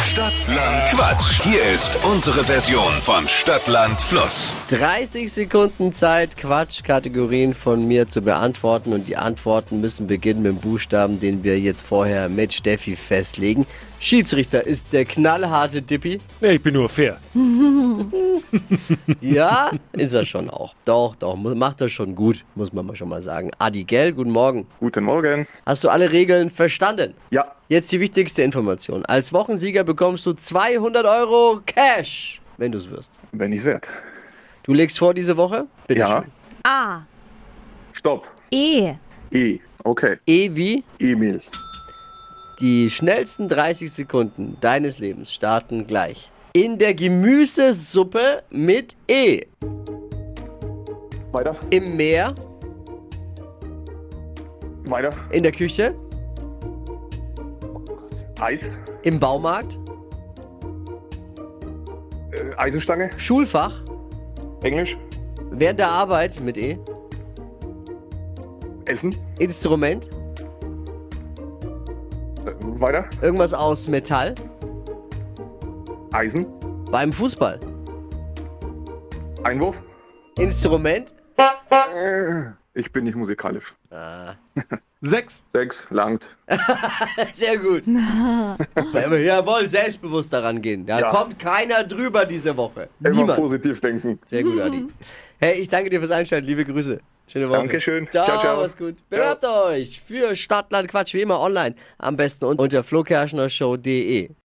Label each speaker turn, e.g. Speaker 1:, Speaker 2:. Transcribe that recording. Speaker 1: Stadtland Quatsch. Hier ist unsere Version von Stadtland Fluss.
Speaker 2: 30 Sekunden Zeit, Quatschkategorien von mir zu beantworten. Und die Antworten müssen beginnen mit dem Buchstaben, den wir jetzt vorher mit Steffi festlegen. Schiedsrichter ist der knallharte Dippi.
Speaker 3: Nee, ich bin nur fair.
Speaker 2: Ja, ist er schon auch. Doch, doch, mu- macht er schon gut, muss man mal schon mal sagen. Adi Gell, guten Morgen.
Speaker 4: Guten Morgen.
Speaker 2: Hast du alle Regeln verstanden?
Speaker 4: Ja,
Speaker 2: Jetzt die wichtigste Information. Als Wochensieger bekommst du 200 Euro Cash, wenn du es wirst.
Speaker 4: wenn ich's wert.
Speaker 2: Du legst vor diese Woche? Bitte
Speaker 4: Ja.
Speaker 2: schön.
Speaker 5: A.
Speaker 4: Stopp.
Speaker 5: E.
Speaker 4: E. Okay.
Speaker 2: E wie
Speaker 4: Emil.
Speaker 2: die schnellsten 30 Sekunden deines Lebens starten gleich. In der Gemüsesuppe mit E.
Speaker 4: Weiter.
Speaker 2: Im Meer,
Speaker 4: Weiter.
Speaker 2: in der Küche,
Speaker 4: Eis.
Speaker 2: im Baumarkt,
Speaker 4: Äh, Eisenstange.
Speaker 2: Schulfach,
Speaker 4: Englisch.
Speaker 2: während der Arbeit mit E,
Speaker 4: Essen.
Speaker 2: Instrument,
Speaker 4: Äh, weiter.
Speaker 2: irgendwas aus Metall,
Speaker 4: Eisen.
Speaker 2: beim Fußball,
Speaker 4: Einwurf.
Speaker 2: Instrument,
Speaker 4: Ich bin nicht musikalisch.
Speaker 3: Sechs.
Speaker 4: Sechs. Langt.
Speaker 2: Sehr gut. Jawohl, selbstbewusst daran gehen. Da
Speaker 4: Ja.
Speaker 2: kommt keiner drüber diese Woche.
Speaker 4: Immer
Speaker 2: Äh, Niemand.
Speaker 4: positiv denken.
Speaker 2: Sehr gut, Adi. Hey, ich danke dir fürs Einschalten. Liebe Grüße. Schöne Woche.
Speaker 4: Dankeschön.
Speaker 2: Ciao,
Speaker 4: Ciao, ciao.
Speaker 2: mach's gut.
Speaker 4: Ciao.
Speaker 2: Bewerbt euch für Stadtland Quatsch wie immer online. Am besten unter flokerschnershow.de.